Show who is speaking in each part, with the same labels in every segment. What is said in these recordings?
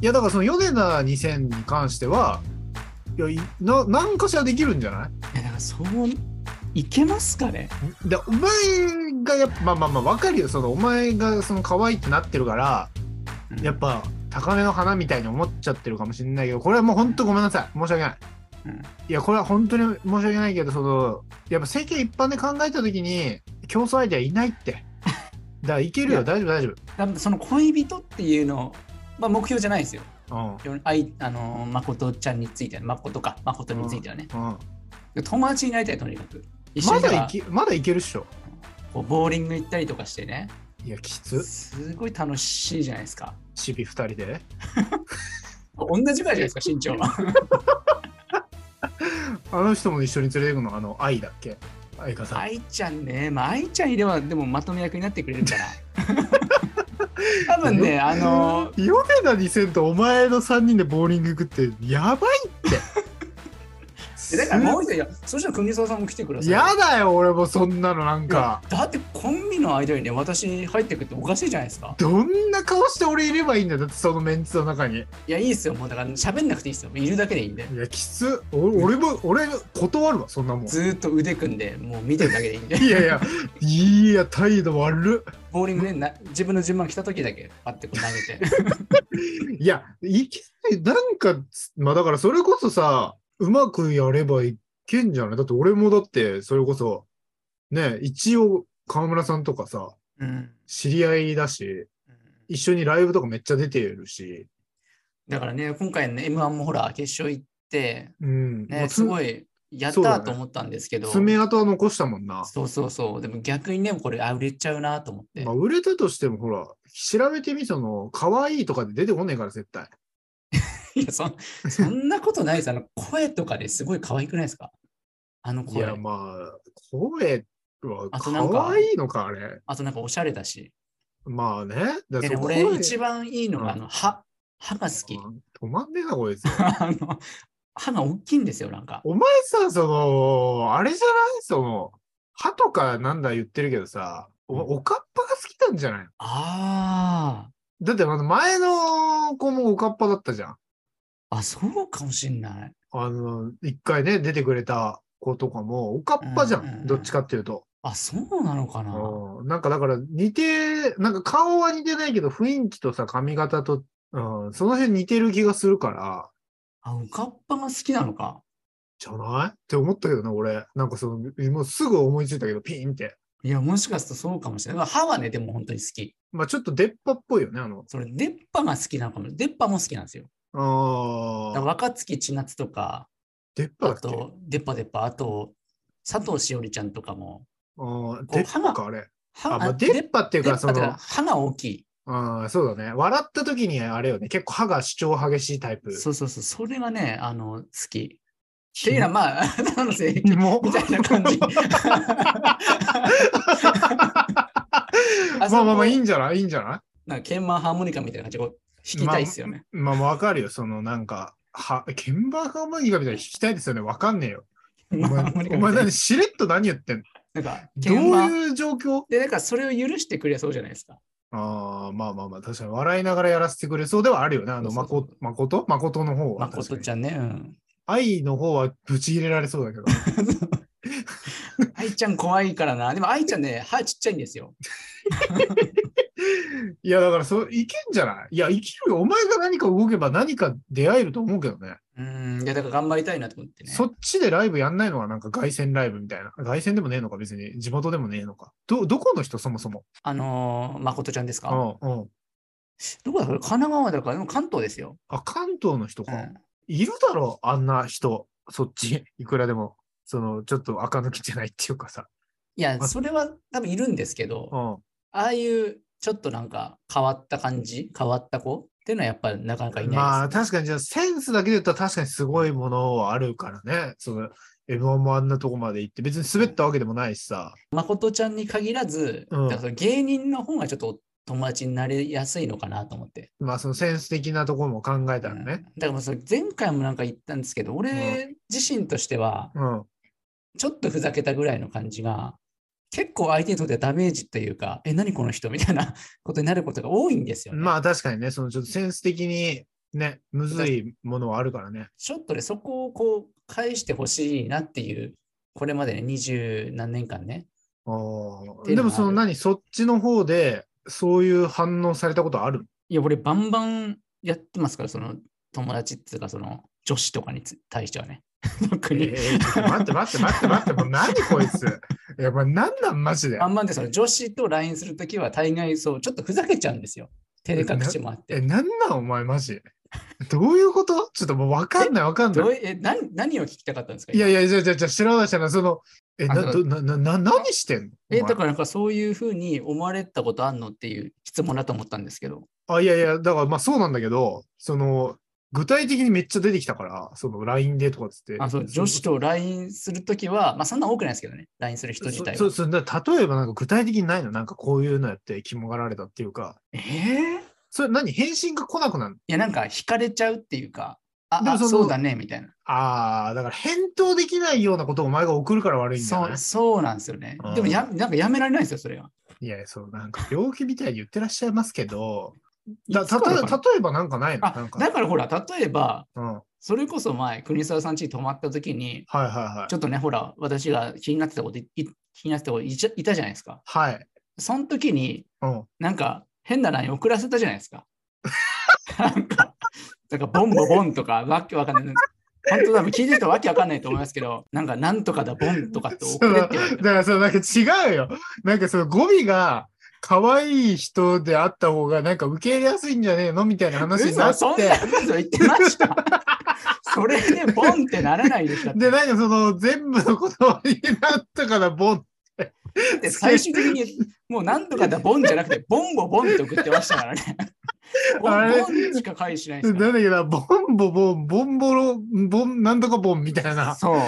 Speaker 1: いやだからその米田2000に関してはいやいな何かしらできるんじゃない
Speaker 2: いやだからそういけますかね
Speaker 1: でお前がやっぱまあまあまあ分かるよそのお前がその可愛いってなってるから
Speaker 2: うん
Speaker 1: やっぱ高めの花みたいに思っちゃってるかもしれないけどこれはもう本当ごめんなさい申し訳ない、
Speaker 2: うん
Speaker 1: いやこれは本当に申し訳ないけどそのやっぱ世間一般で考えた時に競争相手はいないって だからいける
Speaker 2: い
Speaker 1: よ
Speaker 2: や
Speaker 1: 大丈夫大丈
Speaker 2: だからその恋人っていうのを、まあ、目標じゃないですよ
Speaker 1: 夫
Speaker 2: よあいあのー誠ちゃんについては誠か誠についてはね、
Speaker 1: うん、うん、
Speaker 2: 友達になりたいとにかく一緒
Speaker 1: ま
Speaker 2: にだか
Speaker 1: だ
Speaker 2: ら
Speaker 1: いけまだいけるっしょ
Speaker 2: こうボーリング行ったりとかしてね
Speaker 1: いやきつ
Speaker 2: すごい楽しいじゃないですか
Speaker 1: チビ2人で
Speaker 2: 同じぐらいじゃないですか身長は
Speaker 1: あの人も一緒に連れてくのあの愛だっけ愛かさん
Speaker 2: 愛ちゃんねまあ愛ちゃんいればでもまとめ役になってくれる から多分ねあのー
Speaker 1: 米田2000とお前の3人でボーリング行くってやばいって
Speaker 2: えだからも う一人いやそしたら国沢さんも来てください
Speaker 1: やだよ俺もそんなのなん
Speaker 2: いや
Speaker 1: か
Speaker 2: だってコンビの間にね私入ってくっておかしいじゃないですか
Speaker 1: どんな顔して俺いればいいんだよだってそのメンツの中に
Speaker 2: いやいいっすよもうだから喋んなくていいっすよいるだけでいいんで
Speaker 1: いやきつお俺も俺断るわそんなもん
Speaker 2: ずーっと腕組んでもう見てるだけでいいんで
Speaker 1: いやいやいや態度悪っ
Speaker 2: ボーリングねな自分の順番来た時だけパッてこう投げて
Speaker 1: いやいけないなんかまあだからそれこそさうまくやればいけんじゃないだって俺もだってそれこそね一応川村さんとかさ
Speaker 2: うん
Speaker 1: 知り合いだし一緒にライブとかめっちゃ出てるし、
Speaker 2: だからね今回の m 1もほら決勝行って、
Speaker 1: うん
Speaker 2: ね、すご
Speaker 1: い
Speaker 2: いやっ
Speaker 1: そうだ
Speaker 2: た
Speaker 1: ね
Speaker 2: と思ったんですけど
Speaker 1: 爪痕は残したもんな、
Speaker 2: そうそうそうでも逆にねこれあ売れちゃうなと思って、
Speaker 1: まあ、売れたとしてもほら調べてみその可愛いとかで出てこねえから絶対
Speaker 2: いやそんそんなことないですあの声とかですごい可愛くないですかあの
Speaker 1: い
Speaker 2: 声
Speaker 1: やまあ声は
Speaker 2: あとなんか
Speaker 1: 可愛いのかあれ
Speaker 2: あとなんかおしゃれだし
Speaker 1: まあねだ
Speaker 2: で
Speaker 1: から
Speaker 2: ね
Speaker 1: そこ
Speaker 2: 俺一番いいの
Speaker 1: うん
Speaker 2: があの歯歯が好き
Speaker 1: 止まんねえなこいつ
Speaker 2: あの歯が大きいんですよなんか
Speaker 1: お前さそのあれじゃないその歯とかなんだ言ってるけどさお前おかっぱが好きなんじゃないの
Speaker 2: あ
Speaker 1: だってあの前の子もおかっぱだったじゃん
Speaker 2: ーあそうかもしんない
Speaker 1: あの、一回ね、出てくれた子とかも、おかっぱじゃ
Speaker 2: うんうんうん
Speaker 1: ん。どっちかっていうと。
Speaker 2: あそうなのかな
Speaker 1: うんなんかだから似て、なんか顔は似てないけど、雰囲気とさ、髪型と、うん、その辺似てる気がするから、
Speaker 2: あおかっぱが好きなのか
Speaker 1: じゃないって思ったけどね、俺。なんかその、もうすぐ思いついたけど、ピーンって。
Speaker 2: いや、もしかするとそうかもしれない。歯はね、でも本当に好き。
Speaker 1: まあちょっと出っ歯っぽいよね、あの。
Speaker 2: それ、出っ歯が好きなのかも。出っ歯も好きなんですよ。だから
Speaker 1: ああ、
Speaker 2: 若槻千夏とか、
Speaker 1: 出っ歯だ
Speaker 2: あ
Speaker 1: っけあ
Speaker 2: と、出っ歯出っ歯、あと、佐藤しおりちゃんとかも、
Speaker 1: ー
Speaker 2: こう
Speaker 1: 出っ歯か、あれ。
Speaker 2: 歯
Speaker 1: あ、まあ、
Speaker 2: あ
Speaker 1: 出っ歯っていう
Speaker 2: 出っ
Speaker 1: か、
Speaker 2: 歯
Speaker 1: そ
Speaker 2: ってか
Speaker 1: の、
Speaker 2: 歯が大きい。
Speaker 1: うん、そうだね。笑った時にあれよね、結構歯が主張激しいタイプ。
Speaker 2: そうそうそう、それがね、あの、好き。っていうのは、まあ、ただの性癖
Speaker 1: も
Speaker 2: みたい な感じ。
Speaker 1: まあまあまあいいんじゃないいいんじゃない
Speaker 2: なんか、鍵盤ハーモニカみたいな感じでこう弾きたいっすよね。
Speaker 1: まあまあわかるよ。そのなんか、は、鍵盤ハーモニカみたいに弾きたいですよね。わかんねえよ。お前、
Speaker 2: 鍵 盤ハーモニカ
Speaker 1: お
Speaker 2: みた
Speaker 1: 前
Speaker 2: いな
Speaker 1: 何、しれっと何言ってんの
Speaker 2: なんか、
Speaker 1: どう
Speaker 2: 鍵盤。
Speaker 1: いう状況
Speaker 2: で、なんか、それを許してくれそうじゃないですか。
Speaker 1: ああ、まあまあまあ、確かに笑いながらやらせてくれそうではあるよね。あの、
Speaker 2: そ
Speaker 1: ま
Speaker 2: うそう
Speaker 1: こ、まことまことの方は
Speaker 2: ま
Speaker 1: 確か
Speaker 2: こと
Speaker 1: に。
Speaker 2: ちゃんね。うん。
Speaker 1: 愛の方はぶち入れられそうだけど。
Speaker 2: 愛ちゃん怖いからな。でも愛ちゃんね、歯ちっちゃいんですよ。
Speaker 1: いや、だから、そう、いけんじゃないいや、いけるよ。お前が何か動けば何か出会えると思うけどね。
Speaker 2: うん。いや、だから頑張りたいなと思ってね。
Speaker 1: そっちでライブやんないのはなんか凱旋ライブみたいな。凱旋でもねえのか別に地元でもねえのか。ど、どこの人そもそも。
Speaker 2: あのー、誠ちゃんですか、
Speaker 1: うんうん。
Speaker 2: どこだこれ神奈川だから、でも関東ですよ。
Speaker 1: あ、関東の人
Speaker 2: う
Speaker 1: か。
Speaker 2: ん。
Speaker 1: いるだろう、あんな人。そっち、いくらでも。その、ちょっと垢抜きじゃないっていうかさ。
Speaker 2: いや、
Speaker 1: あ
Speaker 2: それは多分いるんですけど、
Speaker 1: う
Speaker 2: あ
Speaker 1: ん。
Speaker 2: あいうちょっとなんか変わった感じ、変わった子っていうのはやっぱりなかなかいないです、
Speaker 1: まあ、確かに、じゃあ、センスだけで言ったら確かにすごいものはあるからね。その、M1 もあんなとこまで行って、別に滑ったわけでもないしさ。
Speaker 2: 誠ちゃんに限らず、
Speaker 1: うん
Speaker 2: だからその芸人の方がちょっと友達になりやすいのかなと思って。
Speaker 1: まあ、そのセンス的なところも考えたら
Speaker 2: うんだ
Speaker 1: ね。
Speaker 2: からもうそれ前回もなんか言ったんですけど、俺自身としては、
Speaker 1: うん。
Speaker 2: ちょっとふざけたぐらいの感じが、結構相手にとってはダメージというか、 え、何この人みたいなことになることが多いんですよね。
Speaker 1: まあ、確かにね、その、ちょっとセンス的にね、むずいものはあるからね。
Speaker 2: ちょっとね、そこをこう、返してほしいなっていう、これまでね、二十何年間ね。
Speaker 1: あ
Speaker 2: っ
Speaker 1: あ。
Speaker 2: てい
Speaker 1: で
Speaker 2: うのもある
Speaker 1: もその何、そっちの方で、そういう反応されたことあ る
Speaker 2: いや、俺、バンバンやってますから、その、友達っていうか、その、女子とかにつ対してはね。 特に。
Speaker 1: ええちょっと待って待って待って待って、もう何こいつ。いや、これ何なんマジで
Speaker 2: バ。ンバンで、その、女子と LINE するときは、大概、そう、ちょっとふざけちゃうんですよ。照れ隠しもあっ
Speaker 1: え、
Speaker 2: て。
Speaker 1: 何なんお前マジ。どういうことちょっともうわかんないわかん
Speaker 2: ど
Speaker 1: な
Speaker 2: う
Speaker 1: い。
Speaker 2: いえ何何を聞きたかったんですか
Speaker 1: いや
Speaker 2: や。
Speaker 1: いや、じゃあじゃあじゃあ知らない知らない。その、え、
Speaker 2: あ
Speaker 1: な、ど
Speaker 2: そ
Speaker 1: な、な、な、何してんの
Speaker 2: え、
Speaker 1: お前
Speaker 2: だからなんかそういうふうに思われたことあんのっていう質問だと思ったんですけど。
Speaker 1: あ、いやいや、だからまあそうなんだけど、その、具体的にめっちゃ出てきたから、その LINE でとかっつって。
Speaker 2: あそう女子と LINE するときは、まあそんな多くないですけどね、LINE する人自体
Speaker 1: そ
Speaker 2: は
Speaker 1: う。そうだから例えばなんか具体的にないのなんかこういうのやって肝がられたっていうか、
Speaker 2: えーい
Speaker 1: それ何返信が来なくなるの
Speaker 2: や、なんか惹かれちゃうっていうか、あ、
Speaker 1: でも
Speaker 2: あ
Speaker 1: その
Speaker 2: そうだね、みたいな。
Speaker 1: ああ、だから返答できないようなことをお前が送るから悪いんだ
Speaker 2: そ
Speaker 1: よ
Speaker 2: う
Speaker 1: ね。
Speaker 2: そうなんですよね
Speaker 1: うん。
Speaker 2: でもや、なんかやめられないですよ、それは。
Speaker 1: いや、そう、なんか病気みたいに言ってらっしゃいますけど、だ
Speaker 2: いつか
Speaker 1: た
Speaker 2: らか
Speaker 1: と
Speaker 2: な
Speaker 1: 例えばなんかないのなん
Speaker 2: あ
Speaker 1: か、
Speaker 2: だからほら、例えば、
Speaker 1: うん。はい
Speaker 2: それこそ前、国沢さん家に泊まったときに、
Speaker 1: はいはい
Speaker 2: ちょ。っとね、ほら、私が気になってたことい、い気になってたこといちゃいたじゃないですか。
Speaker 1: はい。
Speaker 2: その時に、
Speaker 1: うん。
Speaker 2: なんか変な LINE 送らせたじゃないで すか。なんか、なんかボンボボンとか、わけわかんない。本当多分聞いてる人わけわかんないと思いますけど、なんかなんとかだボンとかって
Speaker 1: そう
Speaker 2: 送れっ
Speaker 1: だ
Speaker 2: て言われて。
Speaker 1: からそう、なんか違うよ。なんかその語尾が、可愛い人であった方が、なんか受け入れやすいんじゃねえのみたいな話になっ
Speaker 2: 嘘そん
Speaker 1: て
Speaker 2: な。こと言ってました。 それでボンってならないでしょだって
Speaker 1: で、なんかその、全部のことになんとかな、ボン。
Speaker 2: だって最終的にもうなんとかだボンじゃなくて、ボンボボンって送ってましたからね。ボ
Speaker 1: あれ
Speaker 2: ンボンしか返しないで
Speaker 1: な
Speaker 2: す
Speaker 1: ん
Speaker 2: か
Speaker 1: だっけな、ボンボボン、ボンボロ、ボン、なんとかボンみたい
Speaker 2: ら。
Speaker 1: な。
Speaker 2: そう。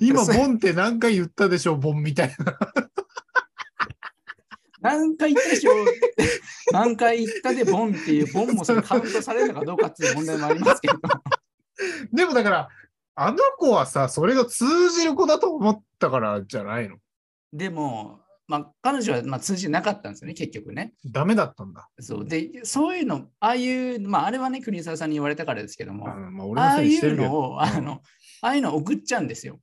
Speaker 1: 今、
Speaker 2: そ
Speaker 1: ボンって何回言ったでしょう、ボンみたいな。
Speaker 2: 何回言ったでしょう何回言ったでボンっていうボンもそれカウントされるのかどうかっていう問題もありますけど。
Speaker 1: でもだから、あの子はさ、それが通じる子だと思ったからじゃないの。
Speaker 2: でも、まあ、彼女はまあ通じなかったんですよね、結局ね。
Speaker 1: ダメだったんだ。
Speaker 2: そうで、そういうの、ああいう、まあ、あれはね、国沢さんに言われたからですけども、
Speaker 1: う
Speaker 2: あ
Speaker 1: ん、まあ、俺の
Speaker 2: あ
Speaker 1: せい
Speaker 2: い
Speaker 1: にして
Speaker 2: う
Speaker 1: るけ
Speaker 2: の
Speaker 1: ど。
Speaker 2: を、あの、ああいうの送っちゃうんですよ。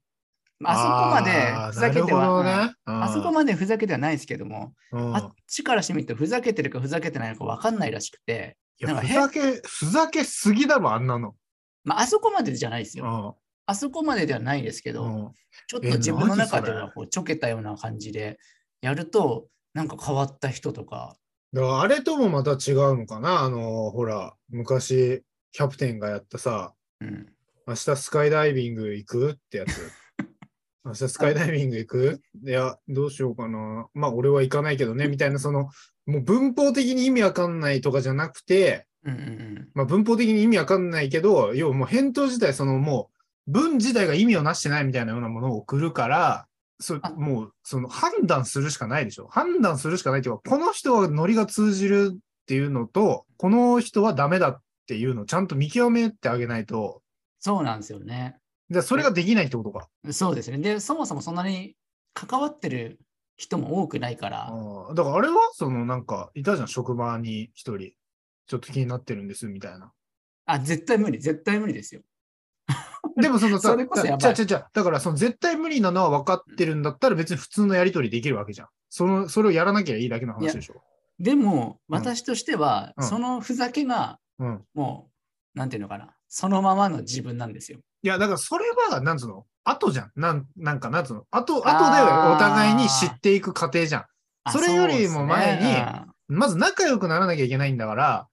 Speaker 2: まああそこま
Speaker 1: あー
Speaker 2: でふざけて
Speaker 1: なるほど
Speaker 2: は、
Speaker 1: ね。
Speaker 2: うんあそこまでふざけてはないですけども、
Speaker 1: うん
Speaker 2: あっちからしてみると、ふざけてるかふざけてないのか分かんないらしくて、
Speaker 1: いや
Speaker 2: なんか
Speaker 1: ふ
Speaker 2: 変
Speaker 1: ざけ、ふざけすぎだろ、あんなの。
Speaker 2: まあ、あそこまでじゃないです
Speaker 1: う
Speaker 2: よ。あそこまでではないですけど、
Speaker 1: ん。うん
Speaker 2: ちょっと
Speaker 1: え
Speaker 2: 自分の中で
Speaker 1: 何そ
Speaker 2: は
Speaker 1: れ
Speaker 2: こうちょけたような感じでやると、なんか変わった人とか、
Speaker 1: だからあれともまた違うのかなあの、ほら、昔、キャプテンがやったさ、
Speaker 2: うん、
Speaker 1: 明日スカイダイビング行くってやつ。 明日スカイダイビング行くいや、どうしようかな。まあ、俺は行かないけどね、みたいな、その、もう文法的に意味わかんないとかじゃなくて、
Speaker 2: うんうんうん、
Speaker 1: まあ、文法的に意味わかんないけど、要はもう返答自体、そのもう、文自体が意味をなしてないみたいなようなものを送るから、そ
Speaker 2: あ
Speaker 1: もう、その判断するしかないでしょ。判断するしかないっていうか、この人はノリが通じるっていうのと、この人はダメだっていうのをちゃんと見極めてあげないと、
Speaker 2: そうなんですよね。
Speaker 1: でそれができないってことか。
Speaker 2: そうですね。で、そもそもそんなに関わってる人も多くないから、
Speaker 1: あーだからあれは、そのなんか、いたじゃん、職場に一人、ちょっと気になってるんです、みたいな。
Speaker 2: あ、絶対無理、絶対無理ですよ。
Speaker 1: でもそのさ、
Speaker 2: それこそやばい
Speaker 1: ちゃちゃちゃ、だからその絶対無理なのは分かってるんだったら別に普通のやりとりできるわけじゃん。その、それをやらなきゃいいだけの話でしょ。
Speaker 2: でも、
Speaker 1: うん
Speaker 2: 私としては、
Speaker 1: うん
Speaker 2: そのふざけが
Speaker 1: うん。
Speaker 2: もう、なんていうのかな、そのままの自分なんですよ。
Speaker 1: いや、だからそれは、なんつうの後じゃん。なん、なんか、なんつうの後、後で
Speaker 2: あー
Speaker 1: お互いに知っていく過程じゃん。
Speaker 2: あ
Speaker 1: それよりも前に
Speaker 2: そうですねうん
Speaker 1: まず仲良くならなきゃいけないんだから、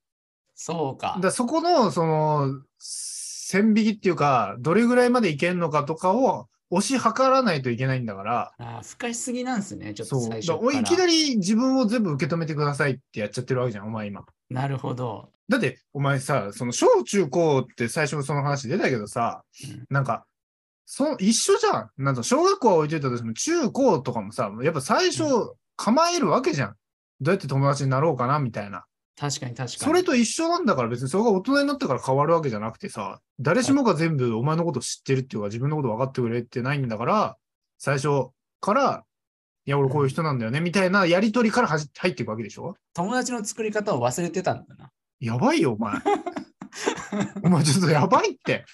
Speaker 2: そう
Speaker 1: だ
Speaker 2: か
Speaker 1: か。らそこの、その、線引きっていうか、どれぐらいまでいけんのかとかを押し量らないといけないんだから、
Speaker 2: あ不快しすぎなんですね、ちょっと
Speaker 1: そう。
Speaker 2: 最
Speaker 1: だ
Speaker 2: 初
Speaker 1: からおいき
Speaker 2: か
Speaker 1: な
Speaker 2: ら。
Speaker 1: り自分を全部受け止めてくださいってやっちゃってるわけじゃん、お前今。
Speaker 2: なるほど。
Speaker 1: だって、お前さ、その小中高って最初もその話出たけどさ、
Speaker 2: うん
Speaker 1: なんか、そ一緒じゃん。なんか小学校は置いといたとしても、中高とかもさ、やっぱ最初
Speaker 2: う
Speaker 1: 構えるわけじゃん。どうやって友達になろうかなみたいな。
Speaker 2: 確かに確かに。
Speaker 1: それと一緒なんだから別にそれが大人になってから変わるわけじゃなくてさ、誰しもが全部お前のこと知ってるっていうか自分のこと分かってくれってないんだから、最初から、いや俺こういう人なんだよねみたいなやりとりからはじ入っていくわけでしょ
Speaker 2: 友達の作り方を忘れてたんだな。
Speaker 1: やばいよ、お前。お前ちょっとやばいって。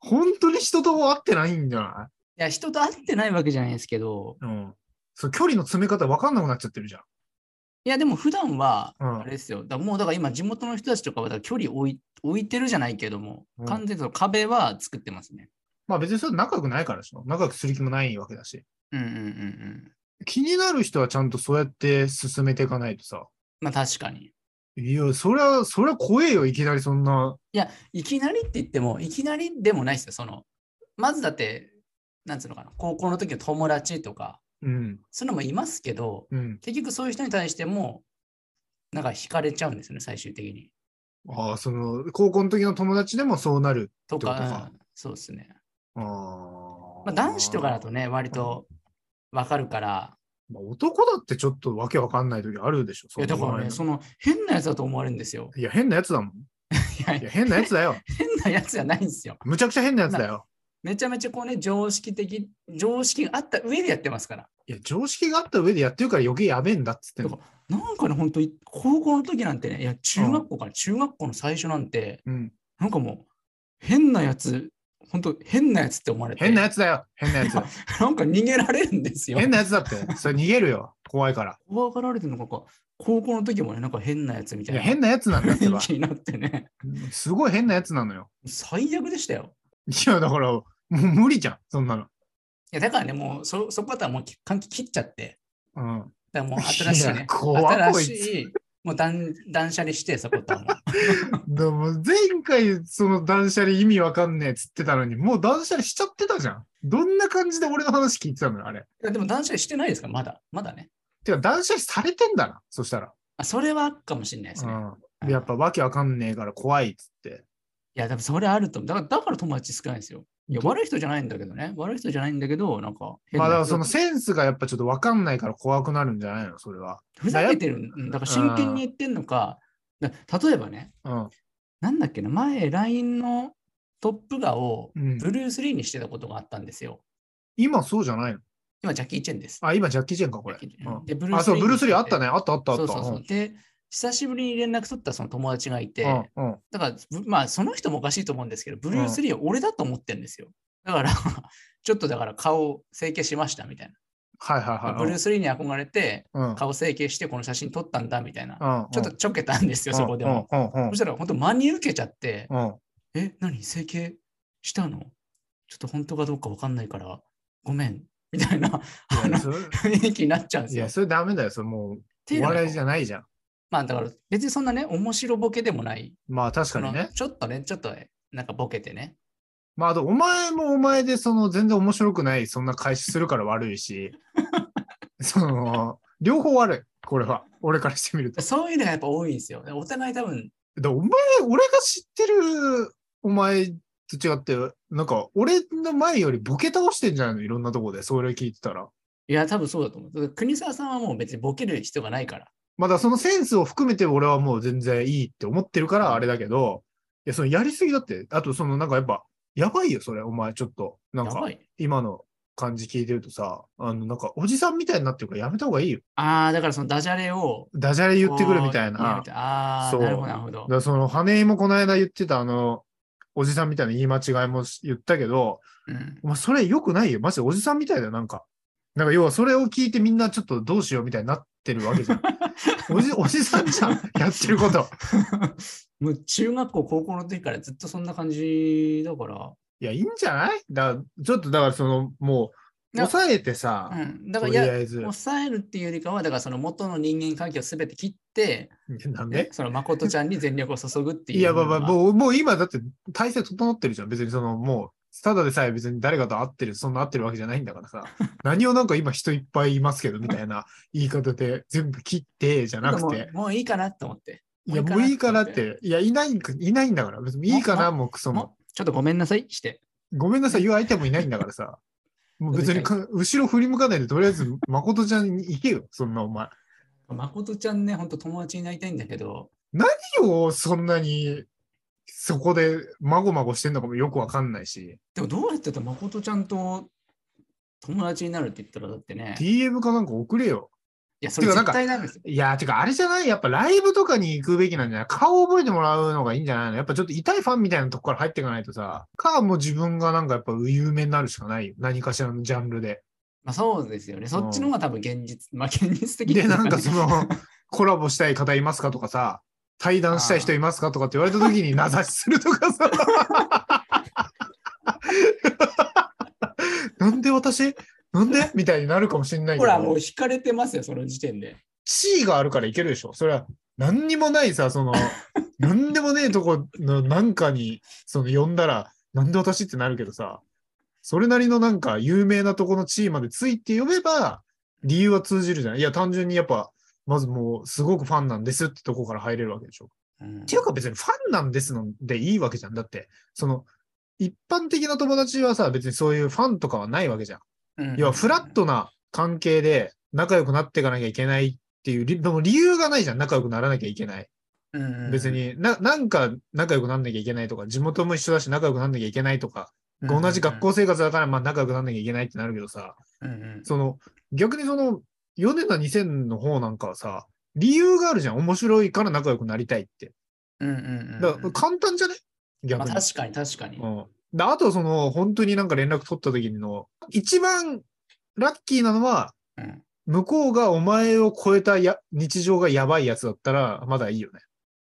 Speaker 1: 本当に人と会ってないんじゃない
Speaker 2: いや、人と会ってないわけじゃないですけど、
Speaker 1: うん。そう、距離の詰め方分かんなくなっちゃってるじゃん。
Speaker 2: いや、でも普段は、
Speaker 1: うん
Speaker 2: あれですよ、だもうだから今、地元の人たちとかはだから距離置い置いてるじゃないけども、
Speaker 1: うん
Speaker 2: 完全にその壁は作ってますね。
Speaker 1: まあ別にそれ仲良くないからでしょ。仲良くする気もないわけだし。
Speaker 2: うんうんうんうん。
Speaker 1: 気になる人はちゃんとそうやって進めていかないとさ。
Speaker 2: まあ確かに。
Speaker 1: いや、そりゃ、そりゃ怖えよ、いきなりそんな。
Speaker 2: いきなりって言っても、いきなりでもないですよ、その。まずだって、なんつうのかな、高校の時の友達とか、
Speaker 1: うん、
Speaker 2: そういうのもいますけど、
Speaker 1: うん。
Speaker 2: 結局そういう人に対しても、なんか惹かれちゃうんですよね、最終的に。
Speaker 1: ああ、その、高校の時の友達でもそうなる。
Speaker 2: と
Speaker 1: ってこと
Speaker 2: か
Speaker 1: か、
Speaker 2: そうですね。
Speaker 1: ああ。
Speaker 2: まあ、男子とかだとね、割とわかるから、
Speaker 1: まあ男だってちょっとわけわかんない時あるでしょ。
Speaker 2: いやだからね、
Speaker 1: そ
Speaker 2: そ
Speaker 1: んな
Speaker 2: の変なやつだと思われるんですよ。
Speaker 1: いや、変なやつだもん。
Speaker 2: いや
Speaker 1: いや、変なやつだよ。
Speaker 2: 変なやつじゃないんですよ。
Speaker 1: むちゃくちゃ変なやつだよ。
Speaker 2: めちゃめちゃこうね、常識的、常識があった上でやってますから。
Speaker 1: いや、常識があった上でやってるから余計やべえんだっつってんの。
Speaker 2: なんかね、本当に高校の時なんてね、いや、中学校から、中学校の最初なんて、
Speaker 1: うん。
Speaker 2: なんかもう、変なやつ、本当変なやつって思われて、
Speaker 1: 変なやつだよ。変なやつ。
Speaker 2: なんか逃げられるんですよ。
Speaker 1: 変なやつだって。それ逃げるよ。怖いから。
Speaker 2: 怖がられてるのかこう、高校の時もね、なんか変なやつみた
Speaker 1: い
Speaker 2: い
Speaker 1: や、
Speaker 2: な
Speaker 1: 変なやつなんだって
Speaker 2: 雰囲
Speaker 1: ば。
Speaker 2: 気になってね、
Speaker 1: すごい変なやつなのよ。
Speaker 2: 最悪でしたよ。
Speaker 1: いや、だから、もう無理じゃん。そんなの。
Speaker 2: いや、だからね、もうそ、そこだったらもう換気切っちゃって、
Speaker 1: うん。
Speaker 2: だからもう新しい
Speaker 1: い
Speaker 2: ね
Speaker 1: や、怖い
Speaker 2: 新しい、もう断断捨離して、そこだったらもう
Speaker 1: でも前回その断捨離意味わかんねえっつってたのに、もう断捨離しちゃってたじゃん。どんな感じで俺の話聞いてたのよ、あれ。
Speaker 2: いやでも断捨離してないですから、まだ、まだね。
Speaker 1: てか断捨離されてんだな、そしたら。
Speaker 2: あそれはあるかもしれないですね。
Speaker 1: うん。やっぱわけわかんねえから怖いっつって。
Speaker 2: いや、でもそれあると思う。だから、だから友達少ないんですよ。いや、悪い人じゃないんだけどね。悪い人じゃないんだけど、なんか変
Speaker 1: ま
Speaker 2: な
Speaker 1: あ
Speaker 2: やつ、
Speaker 1: だからそのセンスがやっぱちょっとわかんないから怖くなるんじゃないの、それは。
Speaker 2: ふざけてるん。うんだから真剣に言ってんのか、だ例えばね、
Speaker 1: うん。
Speaker 2: なんだっけな、前、LINE のトップ画を
Speaker 1: うん、
Speaker 2: ブルース・リーにしてたことがあったんですよ。
Speaker 1: 今そうじゃないの
Speaker 2: 今、ジャッキー・チェンです。
Speaker 1: あ、今ジャッキー・チェンか、これ。
Speaker 2: ジャッキーチ
Speaker 1: う
Speaker 2: ェン
Speaker 1: ん
Speaker 2: でブ
Speaker 1: あ、そう、ブルース・リーあ
Speaker 2: に
Speaker 1: っ
Speaker 2: してて
Speaker 1: たね。あったあったあった。
Speaker 2: そうそうそう。で、久しぶりに連絡取ったその友達がいて、
Speaker 1: うんうん
Speaker 2: だから、ぶまあ、その人もおかしいと思うんですけど、ブルース・リーを俺だと思ってるんですよ。だから、 ちょっとだから顔整形しましたみたい
Speaker 1: はいはい
Speaker 2: な。
Speaker 1: はい。
Speaker 2: ブルース・リーに憧れて、
Speaker 1: うんうん
Speaker 2: 顔整形してこの写真撮ったんだみたいな。
Speaker 1: うん
Speaker 2: ちょっとちょけたんですよ、そこでも。
Speaker 1: うんうんうん
Speaker 2: そしたら本当真に受けちゃって、
Speaker 1: うん
Speaker 2: え、何整形したのちょっと本当かどうかわかんないから、ごめん。みたいなあ
Speaker 1: い
Speaker 2: の
Speaker 1: やそれ
Speaker 2: 雰囲気になっちゃうんで
Speaker 1: い
Speaker 2: すよ。
Speaker 1: や、それダメだよ。それも
Speaker 2: って
Speaker 1: う、
Speaker 2: う
Speaker 1: お
Speaker 2: のが
Speaker 1: 笑いじゃないじゃん。
Speaker 2: まあだから別にそんなね、面白ボケでもない。
Speaker 1: まあ確かに
Speaker 2: そ
Speaker 1: ね
Speaker 2: の。ちょっとね、ちょっとなんかボケてね。
Speaker 1: まあ、あと、お前もお前で、その、全然面白くない、そんな開始するから悪い し、その、両方悪い、これは、俺からしてみると。
Speaker 2: そういうのがやっぱ多いんですよ。お互い多分、
Speaker 1: で、お前、俺が知ってる、お前と違って、なんか、俺の前よりボケ倒してんじゃないのいろんなとこで、それ聞いてたら。
Speaker 2: いや多分そうだと思う。だから国沢さんはもう別にボケる必要がないから。
Speaker 1: まあだからそのセンスを含めて、俺はもう全然いいって思ってるから、あれだけど、いや、その、やりすぎだって、あと、その、なんかやっぱ、やばいよ、それ、お前、ちょっと。なん
Speaker 2: や
Speaker 1: か
Speaker 2: ば、い。
Speaker 1: 今の感じ聞いてるとさ、あの、なんか、おじさんみたいになってるからやめた方がいいよ。
Speaker 2: ああ、だからそのダジャレを
Speaker 1: ダジャレ言ってくるみたい
Speaker 2: こう
Speaker 1: な。だか
Speaker 2: ああ、
Speaker 1: そう
Speaker 2: なるほど、なるほど。
Speaker 1: らその、羽井もこの間言ってた、あの、おじさんみたいな言い間違いもし言ったけど、
Speaker 2: うん
Speaker 1: お前それ良くないよ。マジでおじさんみたいだよ、なんか。なんか要はそれを聞いてみんなちょっとどうしようみたいになってるわけじ ゃん。おじ、おじさんじゃん、やってること。
Speaker 2: もう中学校、高校の時からずっとそんな感じだから。
Speaker 1: いや、いいんじゃないだちょっとだからその、もう、
Speaker 2: な
Speaker 1: 抑えてさ、
Speaker 2: うん、だか
Speaker 1: と
Speaker 2: ら、い
Speaker 1: り
Speaker 2: や、
Speaker 1: あえず。
Speaker 2: 抑えるっていうよりかは、だからその元の人間関係をすべて切って、
Speaker 1: いやなんで
Speaker 2: その誠ちゃんに全力を注ぐっていう。
Speaker 1: いや、まあまあ、もう、もう今だって体制整ってるじゃん。別にその、もう、ただでさえ別に誰かと会ってる、そんな会ってるわけじゃないんだから さ。何をなんか今人いっぱいいますけど、みたいな言い方で全部切って、じゃ
Speaker 2: な
Speaker 1: なんく
Speaker 2: かも
Speaker 1: て
Speaker 2: う。もういいかなと思って。
Speaker 1: いや、もういいかなっ
Speaker 2: もういいか
Speaker 1: て。いや、いないんか、いないんだから。別にいいかな、もうクソも。
Speaker 2: もうちょっとごめんなさいして。
Speaker 1: ごめんなさい、言う相手もいないんだから さ。もう別にか、後ろ振り向かないで、とりあえず、誠ちゃんに行けよ、そんなお前。
Speaker 2: 誠ちゃんね、本当友達になりたいんだけど、
Speaker 1: 何をそんなに、そこで、まごまごしてんのかもよくわかんないし。
Speaker 2: でもどうやってたら誠ちゃんと友達になるって言ったら、だってね、
Speaker 1: DM かなんか送れよ。
Speaker 2: や、それ
Speaker 1: てかなん
Speaker 2: 絶
Speaker 1: か
Speaker 2: 対ダメですよ。
Speaker 1: いや、てかあれじゃないやっぱライブとかに行くべきなんじゃない顔覚えてもらうのがいいんじゃないのやっぱちょっと痛いファンみたいなとこから入っていかないとさ、か、もう自分がなんかやっぱ有名になるしかないよ。何かしらのジャンルで。
Speaker 2: まあそうですよね。そっちの方が多分現実、まあ現実的
Speaker 1: で、
Speaker 2: っていう
Speaker 1: なんかその、 コラボしたい方いますかとかさ、対談したい人いますかとかって言われた時 に名指しするとかさ。 なんで私なんでみたいになるかもしれないけ
Speaker 2: ほ
Speaker 1: ど。
Speaker 2: ら、もう惹かれてますよ、その時点で。
Speaker 1: 地位があるからいけるでしょ。それは何にもないさ、その、何でもねえとこのなんかに、その呼んだら、なんで私ってなるけどさ、それなりのなんか有名なとこの地位までついて呼べば、理由は通じるじゃない。いや、単純にやっぱ、まずもう、すごくファンなんですってとこから入れるわけでしょ。
Speaker 2: うん
Speaker 1: っていうか別にファンなんですのでいいわけじゃん。だって、その、一般的な友達はさ、別にそういうファンとかはないわけじゃん。
Speaker 2: うん
Speaker 1: 要はフラットな関係で仲良くなっていかなきゃいけないっていう理、でも理由がないじゃん、仲良くならなきゃいけない。
Speaker 2: うん
Speaker 1: 別にな、なんか仲良くなんなきゃいけないとか、地元も一緒だし仲良くなんなきゃいけないとか、同じ学、校生活だからまあ仲良くなんなきゃいけないってなるけどさ、
Speaker 2: うんうん
Speaker 1: その、逆にその、ヨネダ2000の方なんかはさ、理由があるじゃん。面白いから仲良くなりたいって。
Speaker 2: うんうんうんうん
Speaker 1: だから簡単じゃない
Speaker 2: ま
Speaker 1: 逆
Speaker 2: あ
Speaker 1: に。
Speaker 2: 確かに確かに。
Speaker 1: うん。で、あとその、本当になんか連絡取った時の、一番ラッキーなのは、
Speaker 2: うん
Speaker 1: 向こうがお前を超えたや日常がやばいやつだったら、まだいいよね。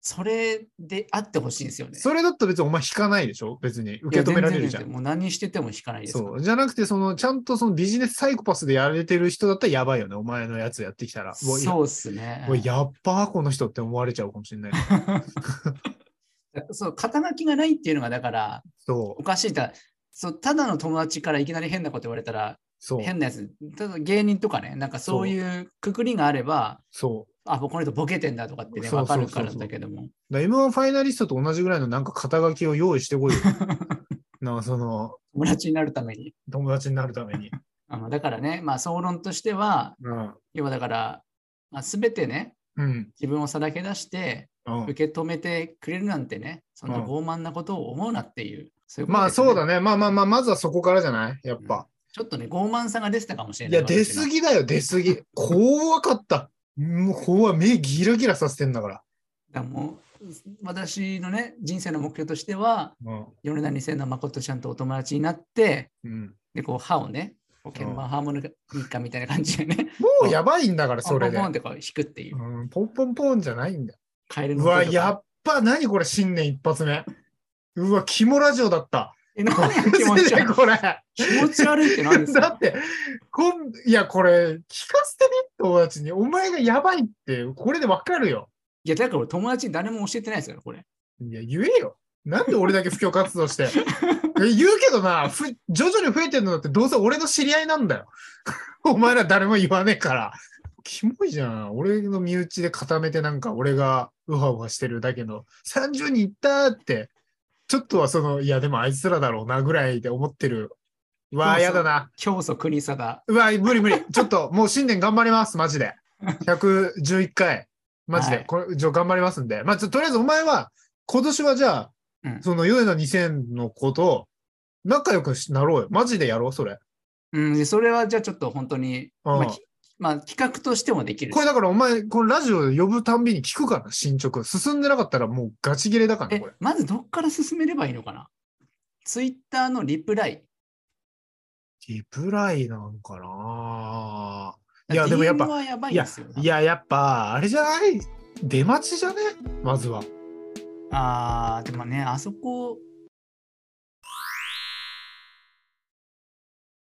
Speaker 2: それであってほしいんですよね。
Speaker 1: それだったら別にお前引かないでしょ別に。受け止められるじゃ
Speaker 2: いや全然全然
Speaker 1: ん。
Speaker 2: もう何してても引かないですから。
Speaker 1: そう。じゃなくて、その、ちゃんとそのビジネスサイコパスでやれてる人だったらやばいよね。お前のやつやってきたら。もういや
Speaker 2: そうっすね。
Speaker 1: もうやっぱこの人って思われちゃうかもしれない。
Speaker 2: そう肩書きがないっていうのがだから
Speaker 1: そ
Speaker 2: お
Speaker 1: う。
Speaker 2: かしいだそうただの友達からいきなり変なこと言われたら
Speaker 1: そう。
Speaker 2: 変なやつただ芸人とかねなんかそういうくくりがあれば
Speaker 1: そ
Speaker 2: あもうこの人ボケてんだとかってね
Speaker 1: そう
Speaker 2: 分
Speaker 1: そ
Speaker 2: か
Speaker 1: うそう
Speaker 2: る
Speaker 1: そう
Speaker 2: からだけども
Speaker 1: う。だから M1 ファイナリストと同じぐらいのなんか肩書きを用意してこい よ。なんかその、
Speaker 2: 友達になるために
Speaker 1: 友達になるために。
Speaker 2: あのだからねまあ総論としては
Speaker 1: うん。
Speaker 2: 要はだから、まあ、全てね
Speaker 1: うん。
Speaker 2: 自分をさらけ出して
Speaker 1: うん、
Speaker 2: 受け止めてくれるなんてねそんな
Speaker 1: うん
Speaker 2: 傲慢なことを思うなっていう、そういうこと
Speaker 1: まあ
Speaker 2: ですね
Speaker 1: そうだね。まあまあまあ、まずはそこからじゃないやっぱ。
Speaker 2: ちょっとね傲慢さが出てたかもしれ
Speaker 1: い
Speaker 2: ない
Speaker 1: や、出過ぎだよ、出過ぎ。怖かった。もう怖い。目ギラギラさせてんだから。
Speaker 2: だからもう私のね人生の目標としては
Speaker 1: うん。
Speaker 2: 米田二世の誠ちゃんとお友達になって
Speaker 1: うん、
Speaker 2: でこう歯をねこう鍵盤ハーモニカみたいな感じでね
Speaker 1: もうやばいんだから、
Speaker 2: ポ
Speaker 1: そ
Speaker 2: ンポ
Speaker 1: れ
Speaker 2: ン
Speaker 1: で
Speaker 2: ポンっ。てこう弾くっていう
Speaker 1: うん、ポンポンポンじゃないんだ。
Speaker 2: カエルの
Speaker 1: う
Speaker 2: 音とか
Speaker 1: わ、やっぱ、何これ、新年一発目。うわ、肝ラジオだった。
Speaker 2: え何が気持ち悪い
Speaker 1: これ。
Speaker 2: 気持ち悪いって何です
Speaker 1: だ
Speaker 2: か
Speaker 1: って、こんいや、これ、聞かせてね、友達に。お前がやばいって、これでわかるよ。
Speaker 2: いやだから俺友達に誰も教えてないですよこれ
Speaker 1: いや、言えよ。なんで俺だけ布教活動して。 え言うけどな、ふ徐々に増えてるのだってどうせ俺の知り合いなんだよ。 お前ら誰も言わねえから。キモいじゃん。俺の身内で固めてなんか俺がウハウハしてるだけの30人いったーって、ちょっとはその、いやでもあいつらだろうなぐらいで思ってる。うわあ、
Speaker 2: で
Speaker 1: や
Speaker 2: もそ
Speaker 1: だ
Speaker 2: う
Speaker 1: な。
Speaker 2: 教祖国定
Speaker 1: うわー無理 無理。ちょっともう新年頑張ります、マジで。111回。マジで。
Speaker 2: はい
Speaker 1: これ、じゃあ頑張りますんで。まあ、ちょとりあえずお前は、今年はじゃあ、
Speaker 2: うん
Speaker 1: そのヨネダ2000の子と仲良くしなろうよ。マジでやろう、それ。
Speaker 2: うんでそれはじゃあちょっと本当にまあ
Speaker 1: うん
Speaker 2: きまあ企画としてもできるし
Speaker 1: これだからお前、このラジオ呼ぶたんびに聞くから、進捗。進んでなかったらもうガチ切れだからね、
Speaker 2: え
Speaker 1: これ。、
Speaker 2: まずどっから進めればいいのかなツイッターのリプライ。
Speaker 1: リプライなんかないや、でもやっ
Speaker 2: DM
Speaker 1: ぱ、
Speaker 2: はやばいですよ。
Speaker 1: いや、やっぱ、あれじゃない出待ちじゃねまずは。
Speaker 2: あーでもね、あそこ、